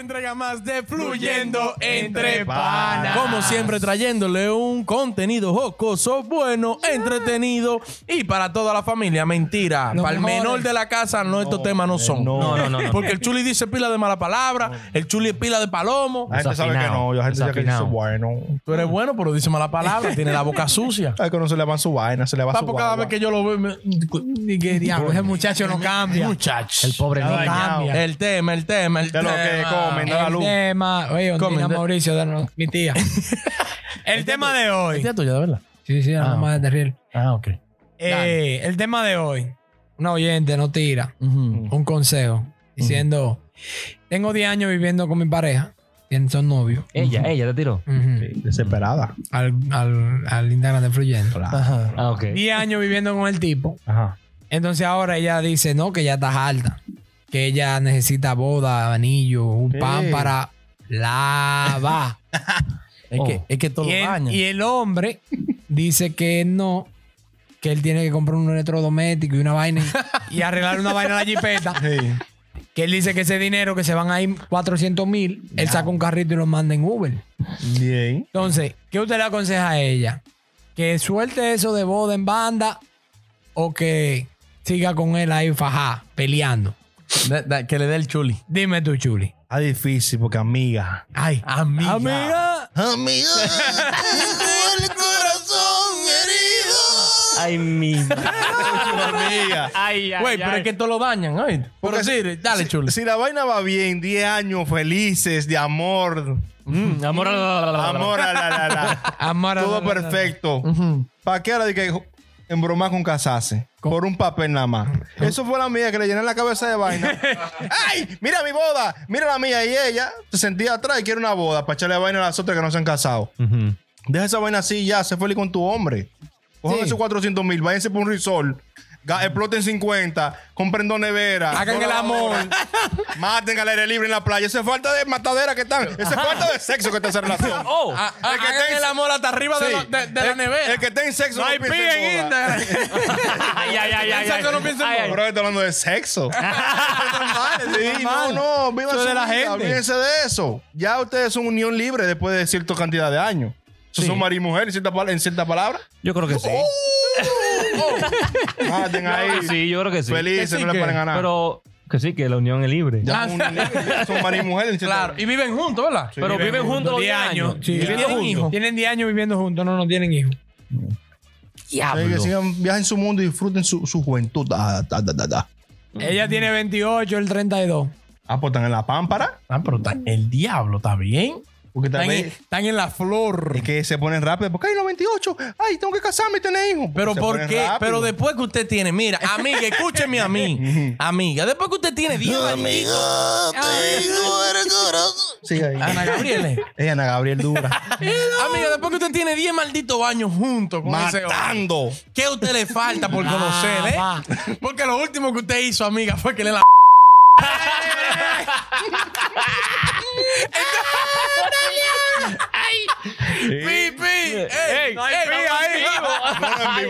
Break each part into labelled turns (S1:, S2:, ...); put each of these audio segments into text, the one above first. S1: entrega más de Fluyendo Entre Panas.
S2: Como siempre, trayéndole un contenido jocoso, bueno, entretenido y para toda la familia. Mentira.
S3: No
S2: para el
S3: me jodes.
S2: menor de la casa, no, estos temas no son.
S4: no. No, no, no, no.
S2: Porque el chuli dice pila de mala palabra, el chuli es pila de palomo.
S1: La gente sabe que
S4: Desafinado,
S1: no, la gente ya que dice
S4: desafinado.
S1: bueno.
S2: Tú eres bueno, pero dice mala palabra, tiene la boca sucia.
S1: Ay, que no se le van su vaina, se le va su
S2: Papo, cada vez que yo lo veo, me-
S3: Dije, diablo, ese muchacho no cambia.
S2: muchacho.
S4: El pobre
S1: Está
S4: no
S1: dañado.
S4: cambia.
S2: El tema, el tema, el
S1: De lo
S2: tema.
S1: que comen, da la
S3: El
S1: luz.
S3: tema. Eh, Oye, Ondina
S2: Comen, de-
S3: Mauricio, danos- mi tía. El tema de hoy.
S2: Tía tuya, de verdad.
S3: Sí, sí, la
S2: Ah,
S3: mamá de Terriel.
S2: Ah, ok.
S3: Eh, el tema de hoy. Una oyente no tira
S2: Ujú.
S3: un consejo diciendo: Tengo 10 años viviendo con mi pareja. Bien, son novios.
S4: Ella, ella te tiró.
S3: Ujú.
S1: Sí, Desesperada.
S3: Al, al, al Instagram de Fluyendo.
S2: Ajá.
S4: Ah, ok.
S3: 10 años viviendo con el tipo.
S1: Ajá.
S3: Entonces ahora ella dice, no, que ya estás alta. Que ella necesita boda, anillo, un
S1: ¿Qué?
S3: pan para lavar.
S2: Es, que,
S4: Oh.
S2: es que todo
S3: y, el,
S2: daña.
S3: y el hombre dice que no, que él tiene que comprar un electrodoméstico y una vaina y, y arreglar una vaina a la jipeta.
S1: Sí.
S3: Que él dice que ese dinero que se van a ir 400 mil, él saca un carrito y lo manda en Uber.
S1: Bien.
S3: Entonces, ¿qué usted le aconseja a ella? ¿Que suelte eso de boda en banda o que siga con él ahí fajá, peleando?
S2: Da- da- que le dé el chuli.
S3: Dime tú, Chuli.
S1: Está difícil porque amiga.
S3: Ay,
S2: Amiga.
S3: amiga.
S1: Amiga. el corazón herido.
S4: Ay, mi.
S1: Amiga.
S4: Ay, ay,
S2: Güey, pero es que todo lo dañan, oíste. Pero sí, dale, chuli.
S1: Si la vaina va bien, 10 años felices de amor,
S4: Mm, amor.
S1: amor, la, la, la, la.
S3: Amara-
S1: todo perfecto.
S2: Ujú.
S1: ¿Para qué ahora de que embromar con casarse? Por un papel nada más. Eso fue la mía que le llené la cabeza de vaina. ¡Ay! Mira mi boda. Mira la mía. Y ella se sentía atrás y quiere una boda para echarle vaina a las otras que no se han casado.
S4: Ujú.
S1: Deja esa vaina así y ya. Sé feliz con tu hombre. Cojan
S3: Sí.
S1: esos 400 mil. Váyanse por un resort. ga- Exploten 50. Compren dos neveras.
S2: Hagan
S1: dos
S2: el amor.
S1: lavadoras, Maten al aire libre en la playa. Esa es falta de matadera que están. Esa es falta de sexo que está esa relación.
S4: Oh,
S2: Ah, ah,
S1: El que
S2: hagan
S1: tenga-
S2: el amor hasta arriba de,
S1: Sí.
S2: lo- de- de la
S1: El-
S2: nevera.
S1: El que esté en sexo.
S2: no hay
S1: piensa
S2: pie en
S1: boda.
S2: Instagram.
S4: ay, ay, ay, ay.
S2: Esa que no piensa en
S4: Ay, ay.
S1: Pero está hablando de sexo. Sí, no, no, viva
S2: Eso es
S1: su
S2: de la
S1: vida,
S2: gente.
S1: olvídense de eso. Ya ustedes son unión libre después de cierta cantidad de años. Eso Son marido y mujer en cierta, pal- en cierta palabra.
S4: Yo creo que sí.
S1: Maten
S4: Yo creo
S1: Ah, ahí.
S4: que sí, yo creo que sí.
S1: Felices,
S2: Que sí,
S1: no
S2: que-
S1: le paren a nada.
S4: Pero que sí, que la unión es libre.
S1: Ya son, unión libre, son marido y mujer en cierta
S2: Claro, y viven juntos, ¿verdad?
S1: Sí.
S4: Pero
S1: Viven
S4: viven juntos los 10
S3: 10
S4: años.
S3: Sí,
S4: Viviendo
S2: tienen
S4: juntos.
S2: hijos.
S3: Tienen 10 años viviendo juntos, no, no tienen hijos.
S1: Así que
S4: Diablo.
S1: sigan, viajen su mundo y disfruten su, su juventud. Ah, da, da, da, da.
S3: Ella tiene 28, él 32.
S1: Ah, pues están en la pámpara.
S2: Ah, pero está- el diablo está bien.
S1: Porque
S2: Están en,
S1: también
S2: están en la flor.
S1: es que se ponen rápido. Porque hay 98. Ay, tengo que casarme y tener hijos.
S2: Pero
S1: Se
S2: ¿por
S1: ponen
S2: qué?
S1: rápido.
S2: Pero después que usted tiene, mira, amiga, escúcheme a mí. Amiga, después que usted tiene 10 añitos.
S1: Sigue ahí.
S2: Ana Gabriele.
S1: Ey, Ana Gabriel dura.
S2: Amiga, después que usted tiene 10 malditos años juntos con ese hombre,
S1: Matando.
S2: ¿qué a usted le falta por conocer, eh?
S3: va.
S2: Porque lo último que usted hizo, amiga, fue que le la. ¡Pi, pi! ¡Ey! ¡Ey!
S4: no hay pi
S2: ahí.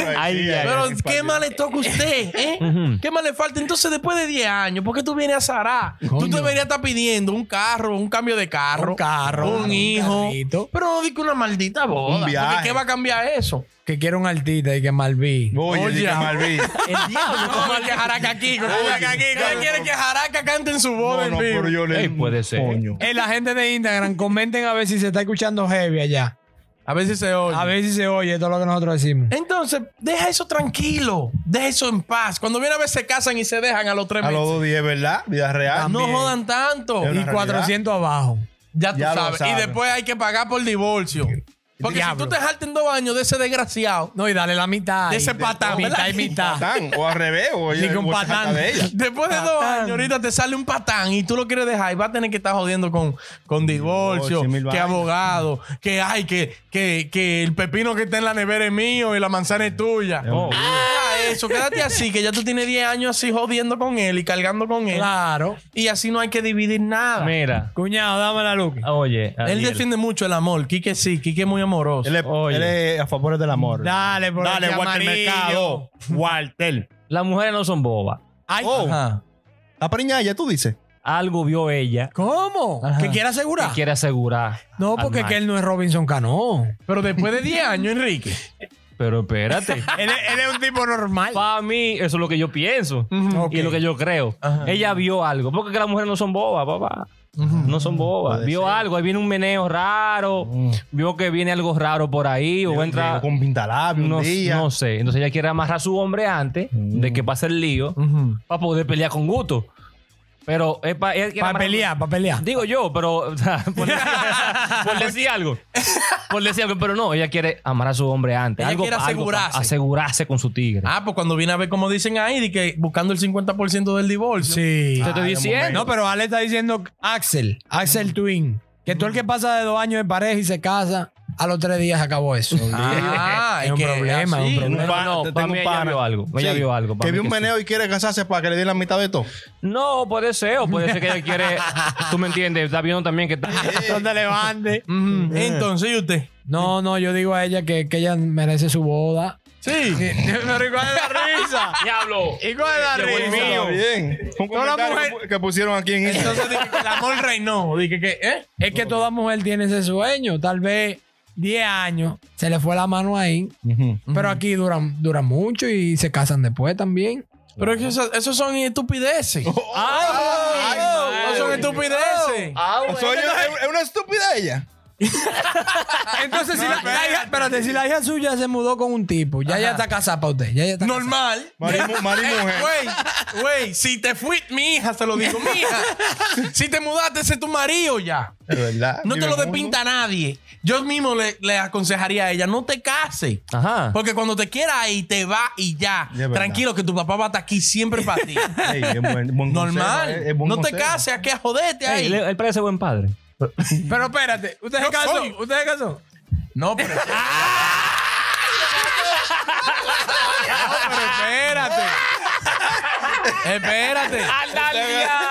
S4: Ay, ay,
S2: Pero qué mal le toca a usted, ¿eh?
S4: Ujú.
S2: ¿Qué mal le falta? Entonces, después de 10 años, ¿por qué tú vienes a zarar? Tú
S3: Coño.
S2: deberías estar pidiendo un carro, un cambio de carro.
S3: Un carro,
S2: Un,
S3: un
S2: hijo.
S3: carrito.
S2: pero no diga una maldita boda. porque
S1: viaje.
S2: ¿Qué va a cambiar eso?
S3: Que quiere un artista y que Malví.
S1: Oye,
S2: Oye.
S1: diga Malvin.
S4: El diablo.
S2: No, que Jaraca aquí, que Jaraca aquí. ¿Qué quiere que Jaraca cante en su boda
S1: No,
S2: en
S1: no,
S2: vivo?
S1: pero yo le.
S4: Ey, puede ser.
S1: Coño.
S3: Eh, la gente de Instagram, comenten a ver si se está escuchando heavy allá.
S2: A ver si se oye.
S3: A ver si se oye todo lo que nosotros decimos.
S2: Entonces, deja eso tranquilo. Deja eso en paz. Cuando viene a ver, se casan y se dejan a los tres
S1: A los
S2: meses.
S1: dos días, ¿verdad? Vida real.
S2: No
S3: también.
S2: jodan tanto.
S1: Es
S3: Y
S1: una
S3: 400 abajo.
S2: Ya tú
S1: Ya lo
S2: sabes. Y
S1: sabes.
S2: después hay que pagar por divorcio. Porque
S3: Diablo.
S2: si tú te jaltas en dos años de ese desgraciado,
S3: No, y dale la mitad.
S2: de
S3: ahí.
S2: ese patán,
S3: Mitad
S2: ¿verdad?
S3: y mitad.
S1: Patán, o al revés, o ella.
S3: Diga un
S1: o se
S3: patán.
S1: jacta de ella.
S2: Después de dos
S3: Patán.
S2: años, ahorita te sale un patán y tú lo quieres dejar y vas a tener que estar jodiendo con, con divorcio,
S1: Divorcio, mil
S2: que
S1: vainas.
S2: abogado, que ay, que, que, que el pepino que está en la nevera es mío y la manzana es tuya.
S4: Oh.
S2: Ah, eso, quédate así, que ya tú tienes 10 años así jodiendo con él y cargando con él.
S3: Claro.
S2: Y así no hay que dividir nada.
S4: Mira.
S3: Cuñado, dame la luz.
S4: Oye.
S2: Él
S4: Ariel.
S2: defiende mucho el amor. Quique sí, Quique es muy amoroso.
S1: Él es,
S4: Oye.
S1: él es a favor del amor.
S3: Dale, por
S1: Dale,
S3: aquí
S1: Walter
S3: amarillo.
S1: Mercado. Walter.
S4: Las mujeres no son bobas.
S3: Ay,
S1: Oh.
S2: Ajá.
S1: La preñada, ya tú dices.
S4: algo vio ella
S3: ¿Cómo?
S4: Ajá.
S3: ¿Que quiere asegurar?
S2: Ah.
S4: que quiere asegurar.
S3: No,
S4: al
S3: porque es
S4: Mike.
S3: que él no es Robinson Cano.
S2: Pero después de 10 años, Enrique.
S4: Pero espérate.
S3: él, es- él es un tipo normal.
S4: Para mí, eso es lo que yo pienso.
S3: Ok.
S4: Y lo que yo creo.
S2: Ajá.
S4: Ella vio algo. Porque que las mujeres no son bobas, papá. No son bobas.
S1: Puede
S4: Vio
S1: ser.
S4: algo. Ahí viene un meneo raro. Vio que viene algo raro por ahí. O entra.
S1: Llegó Con pintalabio
S4: No,
S1: un día.
S4: no sé. Entonces ella quiere amarrar a su hombre antes de que pase el lío para poder pelear con gusto. Pero es para
S3: Para pelear, para pelear.
S4: Digo yo, pero o sea, por, decir, por decir algo. Por decir algo, pero no, ella quiere amar a su hombre antes.
S2: Ella
S4: algo,
S2: quiere
S4: algo
S2: asegurarse.
S4: pa- asegurarse con su tigre.
S2: Ah, pues cuando viene a ver, como dicen ahí, de que buscando el 50% del divorcio.
S3: Sí.
S4: Te estoy
S1: de
S4: diciendo.
S3: No, pero Ale está diciendo Axel, Axel Twin. Que todo el que pasa de dos años de pareja y se casa, a los tres días acabó eso.
S2: Ah,
S3: es un
S2: que
S3: problema, es un
S2: así.
S3: problema.
S1: Un pana-
S4: no,
S1: te-
S4: pa'
S1: tengo
S4: mí
S1: un
S4: ella
S1: pana.
S4: vio algo, ella vio algo, pa'
S1: Que
S4: mí
S1: vio un
S4: que sí.
S1: meneo y quiere casarse para que le den la mitad de todo.
S4: No, puede ser, o puede ser que ella quiere. Tú me entiendes, está viendo también que está.
S3: Donde levante.
S2: Ujú.
S3: Eh.
S2: Entonces, ¿y usted?
S3: No, no, yo digo a ella que, que ella merece su boda.
S2: Sí.
S3: Pero igual es la risa.
S4: ¡Diablo!
S3: Igual es la
S4: Llegó el
S3: risa.
S4: mío.
S1: Bien. Fue un
S3: Toda la
S1: comentario
S3: mujer-
S1: que- que pusieron aquí en Instagram.
S2: Entonces, dije que el amor reinó. Dije que, ¿eh?
S3: Es que toda mujer tiene ese sueño. Tal vez 10 años se le fue la mano ahí. Pero aquí duran, duran mucho y se casan después también.
S2: Pero es que eso- esos son
S3: Oh,
S2: estupideces.
S1: Ay,
S2: ¡Ah!
S1: madre.
S2: son
S3: Oh.
S2: estupideces.
S1: Soy- es- es una estúpida ella.
S3: Entonces, si, la, la hija, espérate, si la hija suya se mudó con un tipo, ya ella está casada para usted. Ya ella está
S2: Normal. Eh,
S1: Marimu- marimujer.
S2: Güey, güey, si te fuiste, mi hija, se lo digo, mi hija. Si te mudaste, ese es tu marido ya.
S1: De verdad.
S2: No te
S1: Vive
S2: lo
S1: mundo.
S2: despinta nadie. Yo mismo le, le aconsejaría a ella, no te cases.
S4: Ajá.
S2: Porque cuando te quiera ahí, te va y ya.
S1: Es verdad.
S2: Tranquilo, que tu papá va a estar aquí siempre para ti.
S1: Ey, es buen- buen
S2: Normal.
S1: consejo, eh, es- es buen
S2: no te
S1: consejo.
S2: cases, aquí a joderte
S4: Ey,
S2: ahí.
S4: él, él parece buen padre.
S3: casada. Pero espérate, ¿usted se
S2: Yo
S3: casó?
S2: soy.
S3: ¿Usted se casó?
S2: No, pero. No, pero espérate. Espérate.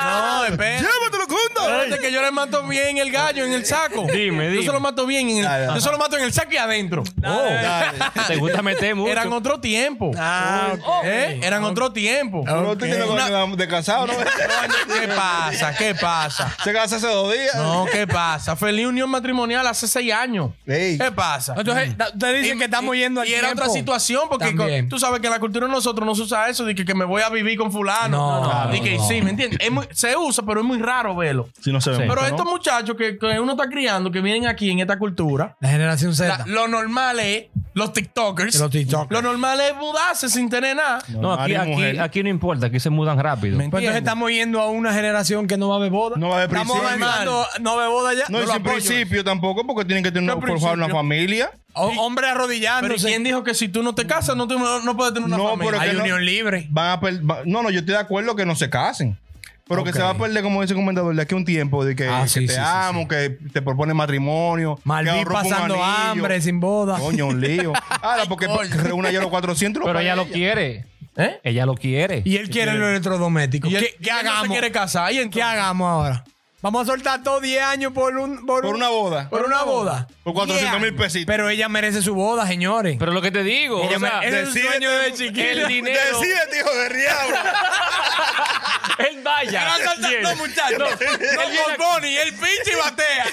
S2: No, espérate.
S1: ¡Llévatelo, Kunda!
S2: Espérate que yo le mato bien el gallo en el saco.
S4: Dime,
S2: Yo
S4: dime.
S2: se lo mato bien. En
S1: Dale,
S2: el, yo
S1: ajá.
S2: se lo mato en el saco y adentro.
S4: Oh,
S1: Dale.
S4: te gusta meter mucho.
S2: Eran otro tiempo.
S3: Ah, ok.
S2: ¿Eh? Eran otro tiempo.
S1: Pero usted tiene
S2: Una-
S1: con- de casado, ¿no?
S2: ¿Qué pasa? ¿Qué pasa?
S1: Se casó hace dos días.
S2: No, ¿qué pasa? Feliz unión matrimonial hace seis años.
S1: Ey.
S2: ¿Qué pasa? Mm.
S3: Entonces, ta- usted dice
S2: Y-
S3: que estamos
S2: y-
S3: yendo al
S2: Y era otra
S3: tiempo.
S2: situación, porque
S3: También.
S2: co- tú sabes que en la cultura de nosotros no se usa eso, de que, que me voy a vivir con fulano.
S3: No,
S2: de
S3: no,
S2: que
S3: no.
S2: sí, ¿me entiendes? Es muy- se usa, pero es muy raro verlo.
S1: Si no se ve.
S4: Sí.
S2: Pero
S1: mucho,
S2: estos
S1: ¿no?
S2: muchachos que, que uno está criando, que vienen aquí en esta cultura,
S3: La generación Z.
S2: la- lo normal es los TikTokers.
S3: Los TikTokers.
S2: Lo normal es mudarse sin tener nada.
S4: No, aquí, aquí,
S1: Marimujer.
S4: aquí no importa, aquí se mudan rápido.
S2: Me-
S3: Pues entonces estamos yendo a una generación que no va a haber boda.
S1: No va a haber
S3: Estamos
S1: principio.
S3: hablando- no va a haber boda ya.
S1: No,
S3: Yo
S1: y
S3: lo
S1: sin
S3: apoyo.
S1: principio tampoco, porque tienen que tener
S2: No,
S1: por favor, una
S2: principio.
S1: familia.
S3: O- hombre
S2: Pero
S3: arrodillándose.
S2: ¿quién dijo que si tú no te casas no, te- no puedes tener una
S1: No,
S2: familia?
S1: pero que
S2: Hay
S1: no-
S2: unión libre.
S1: Van a per- va- no, no, yo estoy de acuerdo que no se casen. Pero que se va a perder, como dice el comentador, de aquí a un tiempo, de que,
S3: Ah,
S1: que
S3: sí,
S1: te
S3: sí, sí,
S1: amo, que te propone matrimonio. que
S3: Malvin
S1: ahorró por un
S3: pasando
S1: anillo.
S3: hambre sin boda.
S1: Coño, un lío. Ahora, porque reúna ya los 400.
S4: pero ella lo
S1: paga
S4: quiere.
S2: ¿Eh?
S4: Ella lo quiere.
S3: Y él quiere los electrodomésticos.
S2: Y él-
S3: ¿Qué,
S2: y
S3: qué
S2: él no se
S3: hagamos?
S2: quiere casar. ¿Y
S3: ¿Qué
S2: entonces?
S3: hagamos ahora? Vamos a soltar todos 10 años por, un, por,
S1: Por
S3: un-
S1: una boda.
S3: por una boda.
S1: Por 400 mil
S3: 10 años.
S1: pesitos.
S3: Pero ella merece su boda, señores.
S4: Pero lo que te digo, o
S3: Ella
S4: sea,
S3: me- ese es el
S1: decídete,
S3: sueño de chiquito.
S4: el dinero,
S1: Decídete, hijo de riabo.
S4: él vaya. Él-
S3: No, muchachos. No, el Bonnie, el pinche y batea.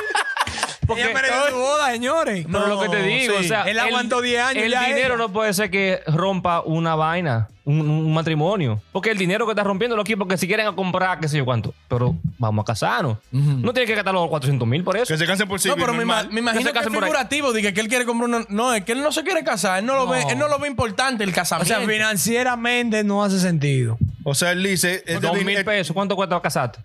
S4: porque-
S3: Ella merece su boda, señores.
S4: pero lo que te digo, o sea,
S3: Él aguantó 10 años
S4: El
S3: ya
S4: dinero
S3: ella.
S4: no puede ser que rompa una vaina, un, un matrimonio. Porque el dinero que está rompiendo aquí, porque si quieren a comprar, qué sé yo cuánto. Pero vamos a casarnos. No tiene que gastar los 400 mil por eso.
S1: Que se cansen por sí.
S2: No, pero me, ima-
S1: normal.
S2: me imagino
S4: se
S2: que es
S4: casen por ahí.
S2: figurativo. Dije que él quiere comprar una. No, es que él no se quiere casar. Él no lo,
S3: No.
S2: Ve, él no lo ve importante el
S3: O
S2: casamiento.
S3: sea, financieramente no hace sentido.
S1: O sea, él dice... este
S4: Dos
S1: dinero-
S4: mil pesos, ¿cuánto cuesta casarte?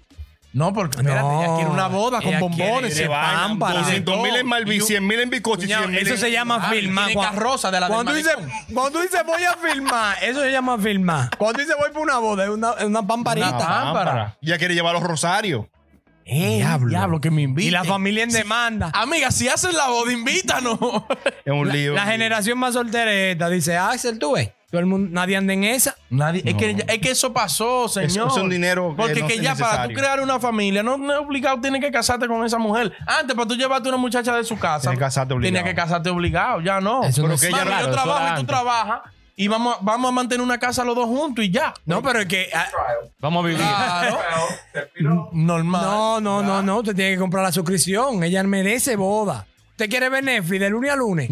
S2: no, porque espérate,
S3: No.
S2: ella quiere una boda con
S3: Ella
S2: bombones.
S3: quiere
S2: y
S3: vaina,
S2: pámparas.
S1: 200 mil en Malví, 100 mil en Bicochi,
S3: Cuñado,
S1: 100 mil
S3: eso
S1: en-
S3: se llama
S2: Ah,
S3: filmar.
S2: tiene
S3: Cuan-
S2: carroza de la del
S3: cuando, dice,
S2: malecón.
S3: cuando dice voy a filmar, eso se llama filmar. Cuando dice voy por una boda, es una, es una pamparita.
S1: Una
S2: pámpara.
S1: pámpara. Ya quiere llevar los rosarios.
S3: Eh, diablo. Ah,
S2: diablo, que me invite.
S3: Y la familia en demanda.
S2: Amiga, si hacen la boda, invítanos.
S1: Es un
S3: La,
S1: lío.
S3: la generación más soltereta dice, Axel, tú ves. Todo el mundo, nadie anda en esa.
S2: Nadie,
S3: eh,
S2: es, que, es que eso pasó, señor.
S1: es un dinero que
S2: Porque
S1: no
S2: que
S1: es
S2: ya para tú
S1: necesario.
S2: crear una familia, no, no es obligado, tienes que casarte con esa mujer. Antes, para tú llevarte una muchacha de su casa,
S1: Tienes que casarte obligado.
S2: Tenías que casarte obligado, ya no.
S3: Eso no
S2: Pero
S3: es
S2: que ella
S4: raro,
S2: yo
S4: eso era
S2: trabajo y tú
S4: antes.
S2: trabajas. y vamos, a- vamos a mantener una casa los dos juntos y ya.
S3: No, pero es que. ah,
S4: Vamos a vivir.
S2: Claro. Normal.
S3: No, no, no, no. Usted tiene que comprar la suscripción. Ella merece boda. ¿Usted quiere ver Netflix de lunes a lunes?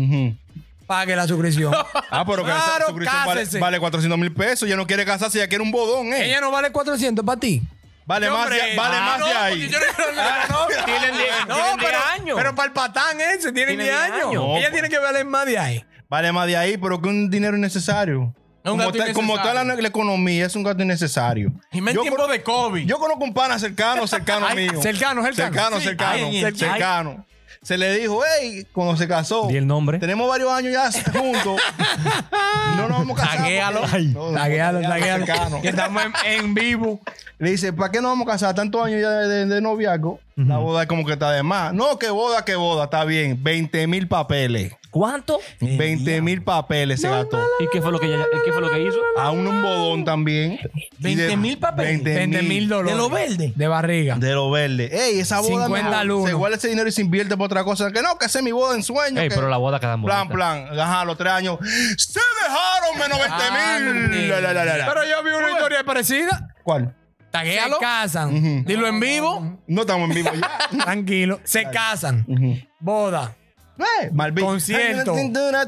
S3: Pague la suscripción.
S1: Ah, pero que
S3: Claro,
S1: esa suscripción vale,
S3: cásese.
S1: vale 400 mil pesos. Ya no quiere casarse, ya quiere un bodón, ¿eh?
S3: Ella no vale 400 para ti.
S1: Vale más, de, vale
S2: Ah,
S1: más
S2: no,
S1: de
S2: porque
S1: ahí.
S2: yo no-
S3: no,
S4: Tienen die- tienen 10 años.
S3: Pero para el patán ese, tiene
S4: Tiene 10
S3: 10 años.
S4: años.
S3: Ella tiene que valer más de ahí.
S1: Vale más de ahí, pero que un dinero innecesario.
S2: Es un
S1: como,
S2: gasto
S1: está- como está la,
S2: innecesario.
S1: la economía, es un gasto innecesario.
S2: Y más en
S1: Yo
S2: tiempo
S1: con-
S2: de COVID.
S1: Yo conozco un pana cercano, cercano mío.
S3: cercano, cercano.
S1: Cercano,
S2: Sí.
S1: cercano,
S2: Ay, ay, ay.
S1: cercano. Se le dijo, hey, cuando se casó.
S4: Di el nombre.
S1: Tenemos varios años ya juntos. no nos vamos a casar.
S3: Taguéalo.
S1: porque- No, no,
S3: Taguéalo,
S1: taguéalo,
S3: taguéalo.
S1: cercano.
S3: Que estamos en, en vivo.
S1: Le dice, ¿para qué nos vamos a casar tantos años ya de, de noviazgo? La boda es como que está de más. No, que boda, que boda, está bien. 20 mil papeles.
S4: ¿Cuánto?
S3: Eh,
S1: 20 mil papeles se gastó.
S4: ¿Y qué fue lo que, ella- qué fue lo que hizo?
S1: A un, un bodón también.
S2: 20.000 papeles.
S1: 20
S3: 20 mil
S1: mil
S3: dólares.
S2: ¿De lo verde?
S3: De barriga.
S1: de lo verde. Ey, esa boda
S3: 50 al
S1: no,
S3: uno.
S1: se guarda ese dinero y se invierte para otra cosa. Que no, que ese es mi boda en sueño.
S4: Ey,
S1: que-
S4: pero la boda queda muy
S1: Plan, plan. Ajá, los tres años. ¡Se dejaron menos 20 mil! La, la, la, la, la.
S3: Ah, Pero yo vi una historia parecida.
S1: ¿Cuál?
S3: Se
S2: Taguéalo.
S3: casan.
S2: Dilo en vivo.
S1: No estamos en vivo ya.
S3: Tranquilo. Se casan. Boda.
S1: Eh, Malvin.
S3: Concierto.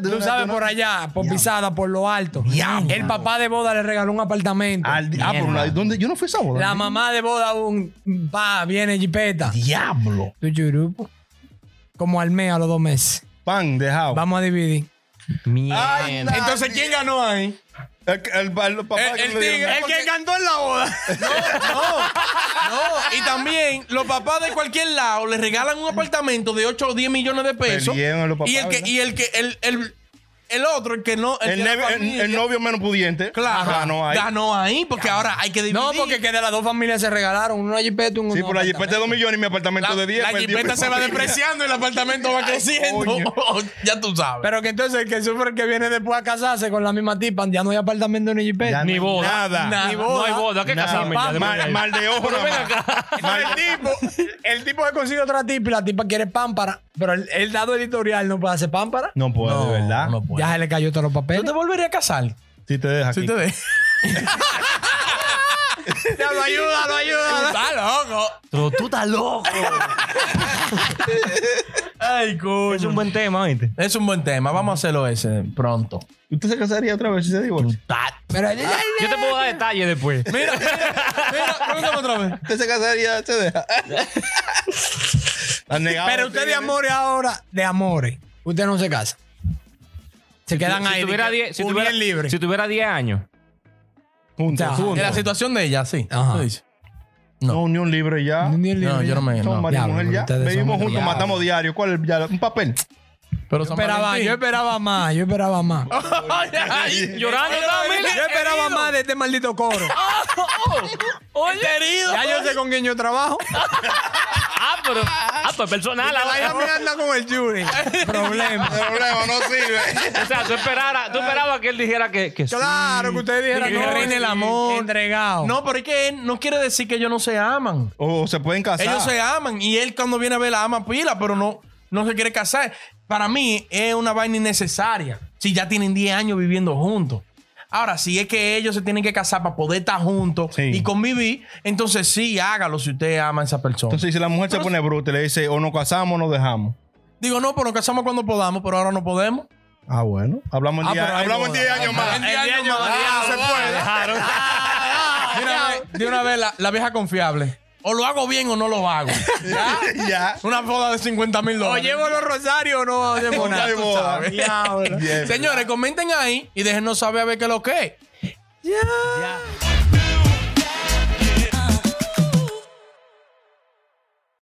S3: Tú sabes por allá, por pisada, por lo alto.
S1: Diablo.
S3: El papá de boda le regaló un apartamento.
S1: Al- ah, pero la- ¿dónde? Yo no fui a esa boda.
S3: La mamá de boda un va, viene jipeta.
S1: Diablo.
S3: Tu churupo. Como al mes a los dos meses.
S1: Pan dejado.
S3: Vamos a dividir.
S4: Mierda.
S1: Ay, la-
S2: Entonces, ¿quién ganó ahí?
S1: El, el- el papá
S2: El-
S1: que
S2: el
S1: le dio-
S2: tigre. Porque-
S3: cantó en la boda.
S2: No, y también los papás de cualquier lado le regalan un apartamento de 8 o 10 millones de pesos.
S1: Perdieron a los papás,
S2: y el que,
S1: ¿verdad?
S2: y el que, el, el, el otro, el que no. que
S1: El,
S2: la
S1: neve- el-
S2: familia-
S1: el novio menos pudiente.
S2: Claro,
S1: Ganó ahí.
S2: Ganó ahí, porque ahora hay que dividir.
S3: No, porque que de las dos familias se regalaron. Uno a jipeta, uno
S1: Sí,
S3: a
S1: por la jipeta de 2 millones y mi apartamento
S2: la,
S1: de pues, 10.
S2: la
S1: perdió
S2: jipeta
S1: mi
S2: se va
S1: familia.
S2: depreciando y el apartamento va creciendo. ya tú sabes.
S3: Pero que entonces el que sufre el que viene después a casarse con la misma tipa, ya no hay apartamento ni jipeta.
S1: Ya no
S4: Ni
S1: hay
S4: boda.
S1: Nada.
S3: Nada.
S4: Ni boda. No hay boda. ¿Qué
S1: Nada.
S4: casarme ya? De
S1: Mal,
S4: verdad.
S1: mal de ojo. nada más. Mal-
S3: El tipo, el tipo que consigue otra tipa y la tipa quiere pámpara, pero el, el dado editorial no puede hacer pámpara.
S1: No puede,
S2: No,
S1: ¿verdad?
S2: no puede.
S3: Ya se le cayó todos los
S2: ¿Tú te
S3: papeles.
S2: volverías a casar?
S1: Si te deja aquí.
S2: Si te de.
S3: Diablo, ayúdalo, ayúdalo.
S2: Está loco.
S4: Pero tú estás loco.
S2: Ay, coño.
S4: es un buen tema, ¿viste?
S2: Es un buen tema. Vamos a hacerlo ese pronto.
S1: ¿Usted se casaría otra vez si se divorcia?
S3: Pero,
S4: Yo te puedo dar detalles después.
S2: Mira, mira, pregúntame otra vez.
S1: ¿Usted se casaría? Se deja. Está negado,
S3: pero usted de
S1: tigre.
S3: amores ahora, de amores, usted no se casa. Se quedan ahí.
S4: Si tuviera
S3: de que
S4: 10 si
S3: unión
S4: tuviera-
S3: libre.
S4: si tuviera 10 años.
S1: Juntos,
S3: Ya.
S1: juntos.
S2: De la situación de ella, sí.
S3: Ajá.
S2: Tú dices.
S1: No, unión libre ya.
S3: Unión libre.
S2: No, yo no me-
S1: Somos
S2: no.
S1: marido y
S3: Diablo,
S1: mujer ya.
S3: ustedes son
S1: Vivimos juntos,
S3: diablos.
S1: matamos diario. ¿Cuál es? Ya, un papel.
S2: Pero
S3: Yo
S2: San
S3: esperaba,
S2: Valentín.
S3: yo esperaba más, yo esperaba más.
S2: Ay,
S4: Llorando también.
S3: Yo esperaba más de este maldito coro.
S4: Oye, querido.
S3: Ya yo sé con quién yo trabajo.
S4: Ah, pero. Ah, pues personal. La
S3: La hija mía anda con el Yuri. Problema.
S1: El problema no sirve.
S4: O sea, tú esperabas, tú esperabas que él dijera que, que sí.
S3: Claro, que usted dijera
S2: Que reine el amor.
S3: Entregado.
S2: No, pero es que él no quiere decir que ellos no se aman.
S1: O se pueden casar.
S2: Ellos se aman y él cuando viene a ver la ama pila, pero no, no se quiere casar. Para mí es una vaina innecesaria. Si ya tienen 10 años viviendo juntos. Ahora, si es que ellos se tienen que casar para poder estar juntos
S1: Sí.
S2: y convivir, entonces sí, hágalo si usted ama a esa persona.
S1: Entonces, si la mujer se pone bruta, y le dice, o nos casamos o nos dejamos.
S2: Digo, no, pero nos casamos cuando podamos, pero ahora no podemos.
S1: Ah, bueno. Hablamos en
S3: Ah,
S1: 10
S3: pero hay
S1: hablamos en
S3: boda.
S1: 10 años más.
S2: En 10 años más,
S3: Ah,
S2: ya no se puede. De una vez, de una vez, la, la vieja confiable. O lo hago bien o no lo hago.
S1: ya.
S2: Una boda de 50 mil
S3: O
S2: dólares.
S3: llevo los rosarios o no llevo
S1: No hay
S3: nada.
S1: boda.
S3: Diablo.
S1: Bien.
S2: Señores, comenten ahí y déjenos saber a ver qué es lo que es.
S4: Ya.